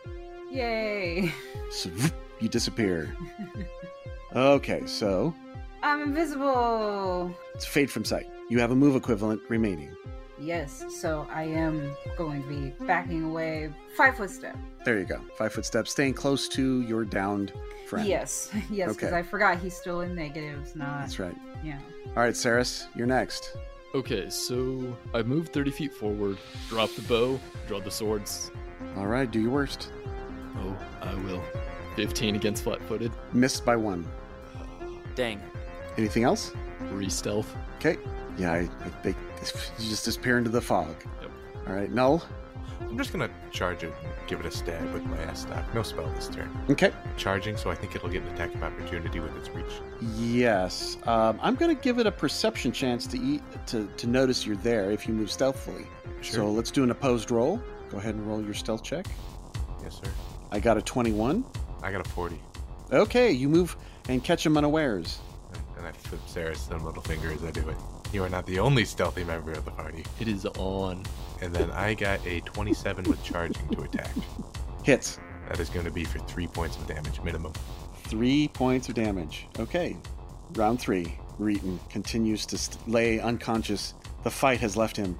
Speaker 2: Yay.
Speaker 1: So, you disappear. okay, so
Speaker 2: I'm invisible.
Speaker 1: it's fade from sight. You have a move equivalent remaining.
Speaker 2: Yes, so I am going to be backing away five foot step.
Speaker 1: There you go. Five foot steps, staying close to your downed friend.
Speaker 2: Yes, yes, because
Speaker 1: Okay.
Speaker 2: I forgot he's still in negatives, not
Speaker 1: That's right.
Speaker 2: yeah.
Speaker 1: All right, Saris, you're next.
Speaker 4: Okay, so I move 30 feet forward, drop the bow, draw the swords.
Speaker 1: All right, do your worst.
Speaker 4: Oh, I will. 15 against flat footed,
Speaker 1: Missed by one.
Speaker 3: Dang.
Speaker 1: Anything else?
Speaker 4: re stealth.
Speaker 1: Okay. Yeah, I, I think you just disappear into the fog.
Speaker 4: Yep.
Speaker 1: All right, Null.
Speaker 5: I'm just gonna charge it and give it a stab with my ass stock. No spell this turn.
Speaker 1: Okay.
Speaker 5: Charging, so I think it'll get an attack of opportunity with its reach.
Speaker 1: Yes. Um, I'm going to give it a perception chance to eat to, to notice you're there if you move stealthily. So let's do an opposed roll. Go ahead and roll your stealth check.
Speaker 5: yes, sir.
Speaker 1: I got a 21.
Speaker 5: I got a 40.
Speaker 1: Okay, you move and catch him unawares.
Speaker 5: And I flip Sarah's thin little finger as I do it. You are not the only stealthy member of the party.
Speaker 4: It is on.
Speaker 5: And then I got a 27 with charging to attack.
Speaker 1: Hits.
Speaker 5: That is going to be for three points of damage minimum.
Speaker 1: Three points of damage. Okay. Round three. Reeton continues to st- lay unconscious. The fight has left him.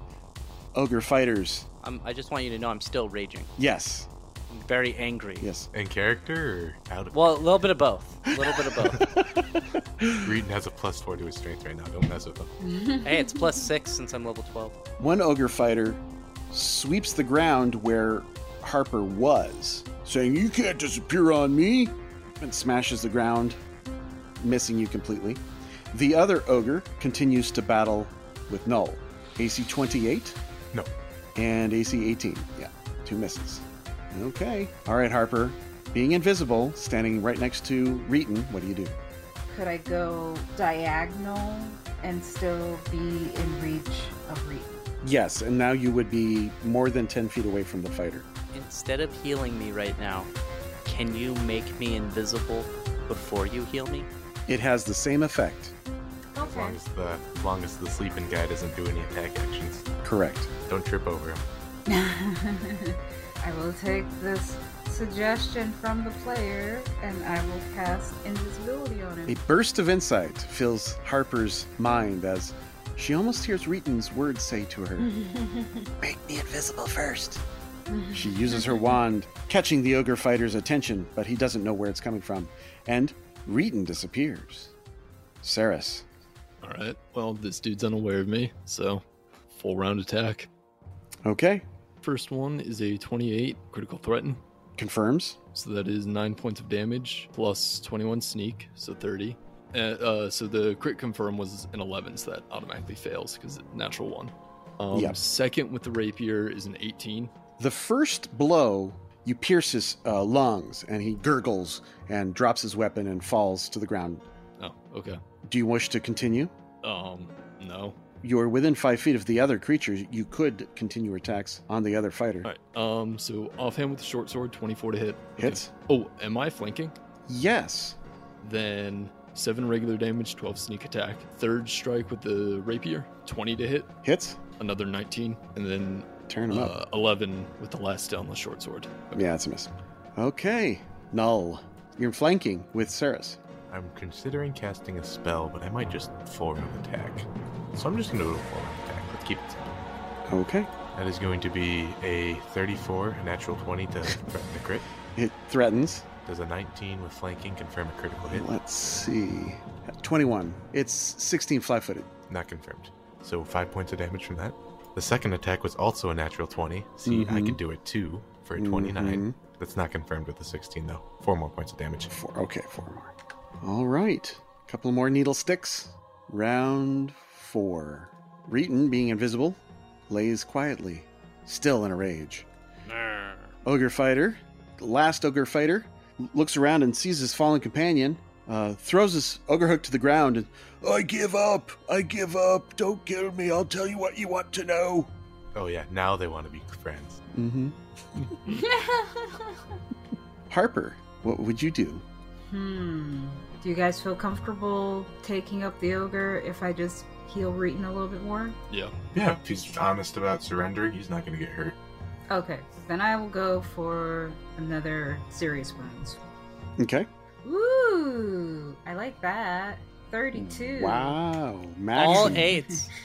Speaker 1: Ogre fighters.
Speaker 3: I'm, I just want you to know I'm still raging.
Speaker 1: Yes.
Speaker 3: I'm very angry.
Speaker 1: Yes.
Speaker 5: In character or out of
Speaker 3: Well, a little bit of both. A little bit of both.
Speaker 5: Reedon has a plus four to his strength right now. Don't mess with him.
Speaker 3: hey, it's plus six since I'm level 12.
Speaker 1: One ogre fighter sweeps the ground where Harper was, saying, You can't disappear on me! and smashes the ground, missing you completely. The other ogre continues to battle with Null. AC 28
Speaker 5: No.
Speaker 1: and AC 18. Yeah, two misses. Okay. All right, Harper. Being invisible, standing right next to Reeton, what do you do?
Speaker 2: Could I go diagonal and still be in reach of reach?
Speaker 1: Yes, and now you would be more than 10 feet away from the fighter.
Speaker 3: Instead of healing me right now, can you make me invisible before you heal me?
Speaker 1: It has the same effect.
Speaker 5: As long as the as long as the sleeping guy doesn't do any attack actions,
Speaker 1: Correct.
Speaker 5: don't trip over him.
Speaker 2: I will take this suggestion from the player and I will cast invisibility on
Speaker 1: A
Speaker 2: him.
Speaker 1: burst of insight fills Harper's mind as she almost hears Reeton's words say to her, Make me invisible first. She uses her wand, catching the ogre fighter's attention, but he doesn't know where it's coming from, and Reeton disappears. Saris,
Speaker 4: All right. Well, this dude's unaware of me, so full round attack.
Speaker 1: okay,
Speaker 4: First one is a 28 critical threaten.
Speaker 1: confirms.
Speaker 4: So that is 9 points of damage plus 21 sneak, so 30. Uh, uh, so the crit confirm was an 11, so that automatically fails because natural one. Um,
Speaker 1: Yeah.
Speaker 4: Second with the rapier is an 18.
Speaker 1: The first blow, you pierce his uh, lungs, and he gurgles and drops his weapon and falls to the ground.
Speaker 4: Oh, okay.
Speaker 1: Do you wish to continue?
Speaker 4: Um, no.
Speaker 1: you're within five feet of the other creature, you could continue attacks on the other fighter.
Speaker 4: All right. Um, so offhand with the short sword, 24 to hit. Okay.
Speaker 1: Hits?
Speaker 4: Oh, am I flanking?
Speaker 1: Yes.
Speaker 4: Then seven regular damage, 12 sneak attack. Third strike with the rapier, 20 to hit,
Speaker 1: Hits?
Speaker 4: another 19, and then
Speaker 1: Turn him up.
Speaker 4: uh, 11 with the last stone, the short sword.
Speaker 1: Yeah, that's a miss. Okay. Null. You're flanking with Saris.
Speaker 5: I'm considering casting a spell, but I might just full round attack. So I'm just gonna do a full round attack. Let's keep it simple.
Speaker 1: Okay.
Speaker 5: That is going to be a 34, a natural 20 to threaten the crit.
Speaker 1: It threatens.
Speaker 5: Does a 19 with flanking confirm a critical hit?
Speaker 1: Let's see. 21. It's 16 flat footed.
Speaker 5: Not confirmed. So five points of damage from that. The second attack was also a natural 20. See, I
Speaker 1: Mhm.
Speaker 5: could do it two for a 29.
Speaker 1: Mhm.
Speaker 5: That's not confirmed with a 16, though. Four more points of damage.
Speaker 1: Four. Okay, four more. All right. Couple more needle sticks. Round four. Reeton, being invisible, lays quietly, still in a rage. Ogre fighter, the last ogre fighter, l- looks around and sees his fallen companion, uh, throws his ogre hook to the ground, and I give up! I give up! Don't kill me! I'll tell you what you want to know.
Speaker 5: Oh, yeah, now they want to be friends.
Speaker 1: Mm-hmm. Harper, what would you do?
Speaker 2: hmm. Do you guys feel comfortable taking up the ogre if I just heal Reeton a little bit more?
Speaker 4: Yeah.
Speaker 5: Yeah, if he's honest about surrendering, he's not going to get hurt.
Speaker 2: Okay, then I will go for another serious wounds.
Speaker 1: Okay.
Speaker 2: Ooh, I like that. 32.
Speaker 1: Wow, Max.
Speaker 3: All eights.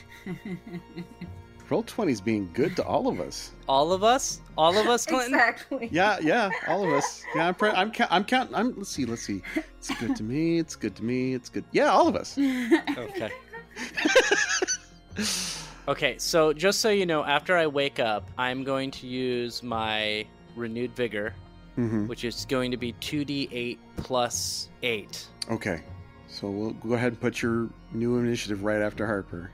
Speaker 1: Roll 20 is being good to all of us.
Speaker 3: All of us? All of us, Clinton?
Speaker 2: exactly.
Speaker 1: Yeah, yeah, all of us. Yeah, I'm, pre- I'm, ca- I'm counting. I'm, let's see, let's see. It's good to me. It's good to me. It's good. Yeah, all of us.
Speaker 3: Okay. Okay, so just so you know, after I wake up, I'm going to use my renewed vigor,
Speaker 1: hmm
Speaker 3: which is going to be 2d8 plus 8.
Speaker 1: Okay, so we'll go ahead and put your new initiative right after Harper.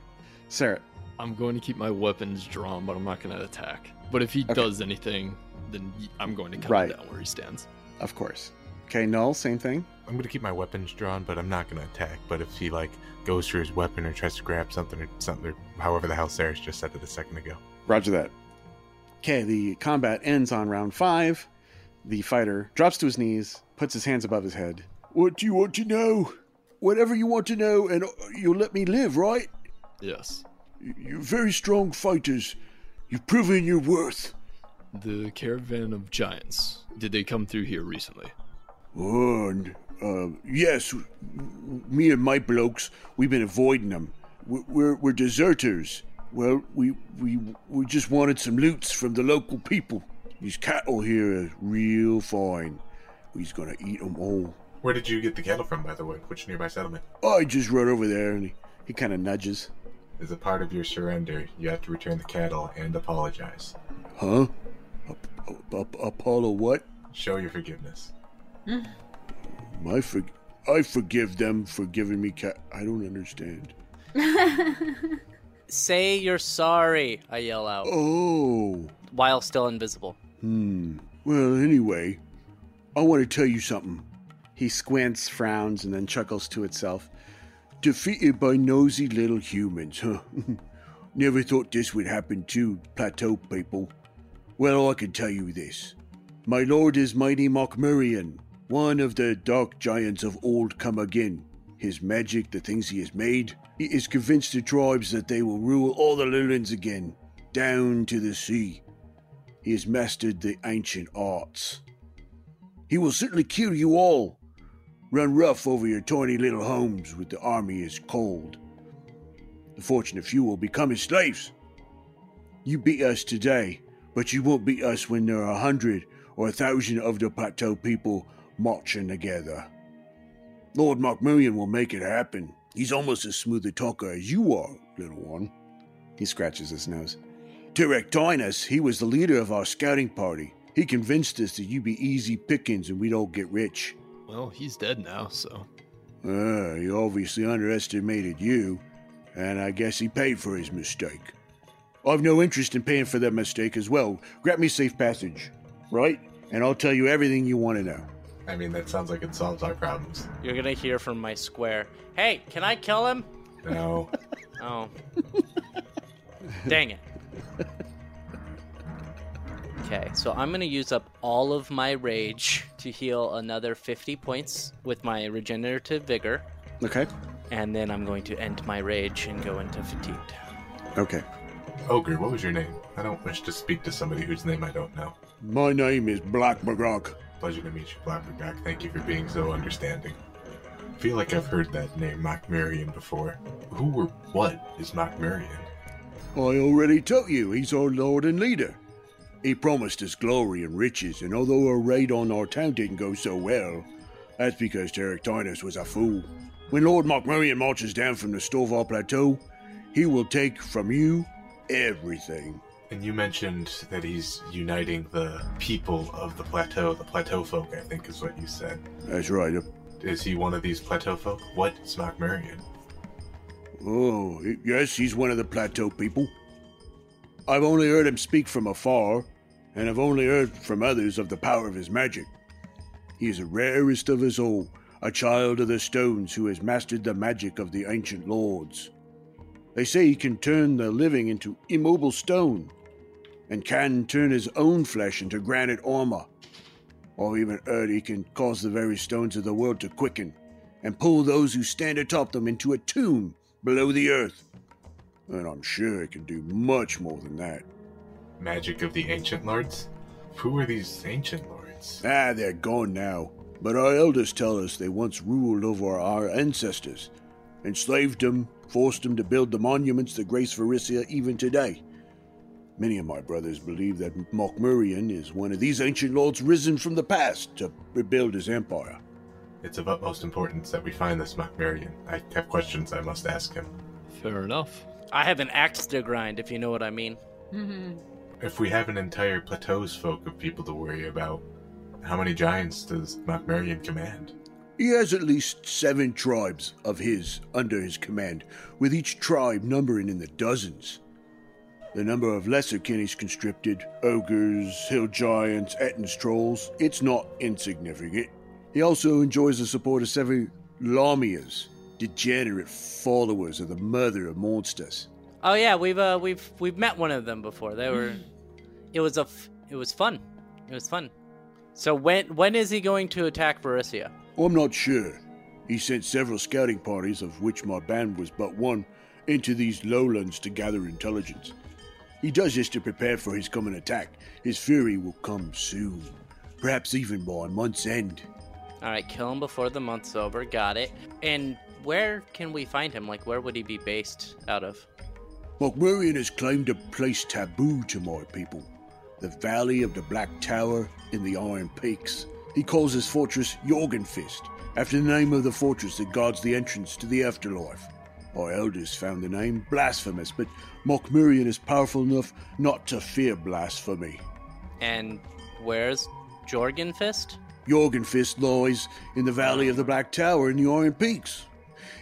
Speaker 1: Sarah,
Speaker 4: I'm going to keep my weapons drawn, but I'm not going to attack. But if he
Speaker 1: Okay.
Speaker 4: does anything, then y- I'm going to count
Speaker 1: Right.
Speaker 4: down where he stands.
Speaker 1: Of course. Okay, Null, same thing.
Speaker 5: I'm gonna keep my weapons drawn, but I'm not gonna attack. But if he like goes for his weapon or tries to grab something or something, or however the hell Sarah's just said it a second ago,
Speaker 1: Roger that. Okay, the combat ends on round five. The fighter drops to his knees, puts his hands above his head. What do you want to know? Whatever you want to know, and you'll let me live, right?
Speaker 4: Yes.
Speaker 1: You're very strong fighters. You've proven your worth.
Speaker 4: The caravan of giants. Did they come through here recently?
Speaker 1: Oh, and, uh, yes, me and my blokes, we've been avoiding them. We're, we're, we're deserters. Well, we, we, we just wanted some loots from the local people. These cattle here are real fine. He's gonna eat them all.
Speaker 5: where did you get the cattle from, by the way? Which nearby settlement?
Speaker 1: I just run over there and he, he kind of nudges.
Speaker 5: As a part of your surrender, you have to return the cattle and apologize.
Speaker 1: Huh? Ap- ap- ap- Apollo what?
Speaker 5: Show your forgiveness.
Speaker 1: My for- I forgive them for giving me cat. I don't understand.
Speaker 3: Say you're sorry, I yell out,
Speaker 1: Oh.
Speaker 3: while still invisible.
Speaker 1: Hmm. Well, anyway, I want to tell you something. He squints, frowns, and then chuckles to itself. Defeated by nosy little humans, huh? Never thought this would happen to plateau people. Well, I can tell you this. My lord is mighty Mokmurian, one of the dark giants of old come again. His magic, the things he has made, he is convinced the tribes that they will rule all the lowlands again, down to the sea. He has mastered the ancient arts. He will certainly kill you all. Run rough over your tiny little homes with the army is cold. The fortunate few will become his slaves. You beat us today, but you won't beat us when there are a hundred or a thousand of the plateau people marching together. Lord Macmillan will make it happen. He's almost as smooth a talker as you are, little one. He scratches his nose. Tirectinus, he was the leader of our scouting party. He convinced us that you'd be easy pickings and we'd all get rich.
Speaker 4: Well, he's dead now, so.
Speaker 1: Uh, he obviously underestimated you, and I guess he paid for his mistake. I've no interest in paying for that mistake as well. Grant me safe passage, right? And I'll tell you everything you want to know.
Speaker 5: I mean, that sounds like it solves our problems.
Speaker 3: You're gonna hear from my square. Hey, can I kill him?
Speaker 5: No,
Speaker 3: Oh. Dang it. Okay, so I'm gonna use up all of my rage to heal another 50 points with my regenerative vigor,
Speaker 1: Okay.
Speaker 3: and then I'm going to end my rage and go into fatigued.
Speaker 1: Okay.
Speaker 5: ogre. oh, What was your name? I don't wish to speak to somebody whose name I don't know.
Speaker 1: My name is Black McGrock.
Speaker 5: Pleasure to meet you, Flapperback. Thank you for being so understanding. I feel like I've heard that name, Machmirian, before. Who or what is Machmirian?
Speaker 1: I already told you, he's our lord and leader. He promised us glory and riches, and although our raid on our town didn't go so well, that's because Terractinus was a fool. When Lord Macmurian marches down from the Storvar Plateau, he will take from you everything.
Speaker 5: And you mentioned that he's uniting the people of the plateau, the plateau folk, I think is what you said.
Speaker 1: That's right.
Speaker 5: Is he one of these plateau folk? What is Machmirian?
Speaker 1: Oh, yes, he's one of the plateau people. I've only heard him speak from afar, and I've only heard from others of the power of his magic. He is the rarest of us all, a child of the stones who has mastered the magic of the ancient lords. They say he can turn the living into immobile stone, and can turn his own flesh into granite armor. Or even heard he can cause the very stones of the world to quicken, and pull those who stand atop them into a tomb below the earth. And I'm sure it can do much more than that.
Speaker 5: Magic of the ancient lords? Who are these ancient lords?
Speaker 1: Ah, they're gone now. But our elders tell us they once ruled over our ancestors, enslaved them, forced them to build the monuments that grace Varisia even today. Many of my brothers believe that Mokmurian is one of these ancient lords risen from the past to rebuild his empire.
Speaker 5: It's of utmost importance that we find this Machmirian. I have questions I must ask him.
Speaker 4: Fair enough.
Speaker 3: I have an axe to grind, if you know what I mean.
Speaker 5: If we have an entire plateau's folk of people to worry about, how many giants does Machmirian command?
Speaker 1: He has at least seven tribes of his under his command, with each tribe numbering in the dozens. The number of lesser kinnies conscripted, ogres, hill giants, Etten's trolls, it's not insignificant. He also enjoys the support of several Lamias, degenerate followers of the mother of monsters.
Speaker 3: Oh yeah, we've uh, we've we've met one of them before. They were, it was a, f- it was fun, it was fun. So when when is he going to attack Varisia?
Speaker 1: I'm not sure. He sent several scouting parties, of which my band was but one, into these lowlands to gather intelligence. He does this to prepare for his coming attack. His fury will come soon, perhaps even by month's end.
Speaker 3: All right, kill him before the month's over. Got it. And where can we find him? Like, where would he be based out of?
Speaker 1: Mokmurian has claimed a place taboo to my people the Valley of the Black Tower in the Iron Peaks. He calls his fortress Jorgenfist, after the name of the fortress that guards the entrance to the afterlife. Our elders found the name blasphemous, but Mokmurian is powerful enough not to fear blasphemy.
Speaker 3: And where's Jorgenfist?
Speaker 1: Jorgenfist lies in the valley of the Black Tower in the Iron Peaks.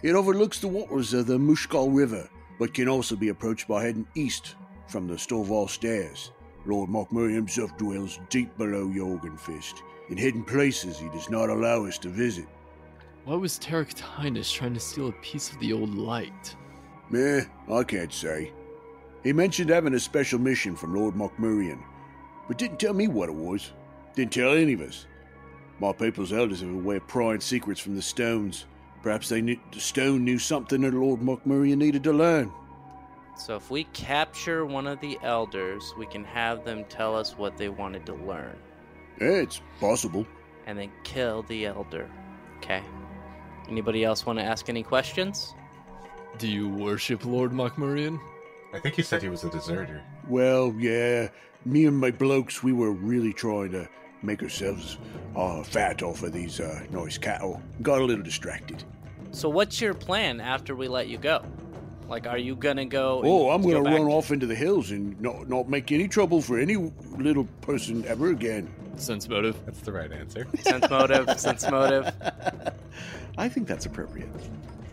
Speaker 1: It overlooks the waters of the Mushkal River, but can also be approached by heading east from the Storval Stairs. Lord Mockmurray himself dwells deep below Jorgenfist, in hidden places he does not allow us to visit.
Speaker 4: Why was Tarek Tynes trying to steal a piece of the old light?
Speaker 1: Meh, I can't say. He mentioned having a special mission from Lord Mockmurian, but didn't tell me what it was. Didn't tell any of us. My people's elders have a way of prying secrets from the stones. Perhaps they knew the stone knew something that Lord Mockmurian needed to learn.
Speaker 3: So if we capture one of the elders, we can have them tell us what they wanted to learn,
Speaker 1: Yeah, Eh, it's possible.
Speaker 3: and then kill the elder. Okay. Anybody else want to ask any questions?
Speaker 4: Do you worship Lord Machmurian?
Speaker 5: I think he said he was a deserter.
Speaker 1: Well, yeah, me and my blokes, we were really trying to make ourselves uh, fat off of these uh, nice cattle. Got a little distracted.
Speaker 3: So what's your plan after we let you go? Like, are you gonna go? and
Speaker 1: Oh, I'm
Speaker 3: go
Speaker 1: going to
Speaker 3: back
Speaker 1: run off into the hills and not, not make any trouble for any little person ever again.
Speaker 4: Sense motive.
Speaker 5: That's the right answer.
Speaker 3: Sense motive. sense motive.
Speaker 6: I think that's appropriate.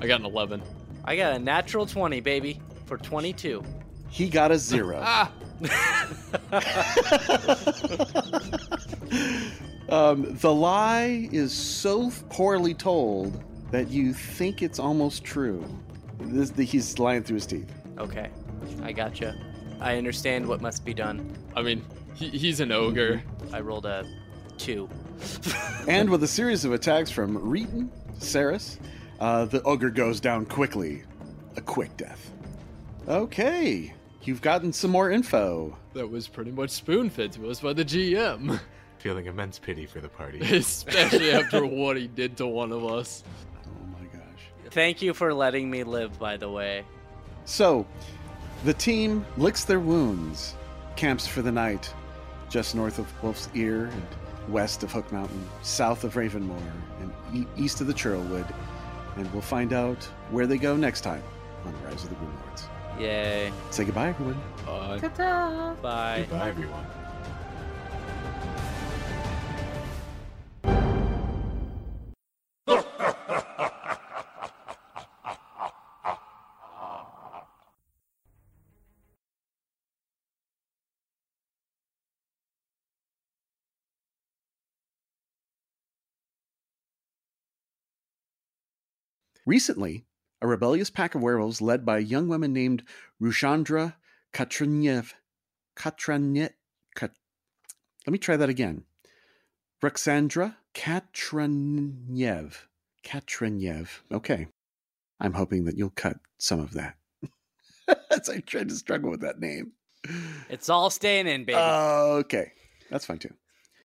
Speaker 4: I got an 11.
Speaker 3: I got a natural twenty, baby, for twenty-two.
Speaker 6: He got a zero. um, the lie is so poorly told that you think it's almost true. This, he's lying through his teeth.
Speaker 3: Okay, I gotcha. I understand what must be done.
Speaker 4: I mean, he, he's an ogre.
Speaker 3: I rolled a two.
Speaker 6: And with a series of attacks from Reeton, Saris, uh, the ogre goes down quickly. A quick death. Okay, you've gotten some more info.
Speaker 4: That was pretty much spoon fed to us by the GM.
Speaker 5: Feeling immense pity for the party.
Speaker 4: Especially after what he did to one of us.
Speaker 6: Oh my gosh.
Speaker 3: Thank you for letting me live, by the way.
Speaker 6: So, the team licks their wounds, camps for the night, just north of Wolf's Ear and west of Hook Mountain, south of Ravenmoor, and e- east of the Churlwood. And we'll find out where they go next time on the Rise of the Rune Lords.
Speaker 3: Yay.
Speaker 6: Say goodbye, everyone.
Speaker 4: Uh,
Speaker 2: Ta-ta!
Speaker 3: Bye.
Speaker 5: Bye, everyone.
Speaker 6: Recently, a rebellious pack of werewolves led by a young woman named Rushandra Katranyev. Katranye. Kat, let me try that again. Ruxandra Katranyev. Katranyev. Okay. I'm hoping that you'll cut some of that. As I tried to struggle with that name.
Speaker 1: Uh,
Speaker 3: It's all staying in, baby.
Speaker 6: Okay. That's fine too.